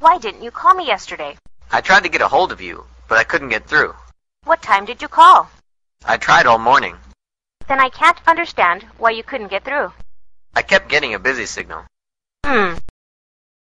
Why didn't you call me yesterday? I tried to get a hold of you, but I couldn't get through. What time did you call? I tried all morning. Then I can't understand why you couldn't get through. I kept getting a busy signal. Hmm.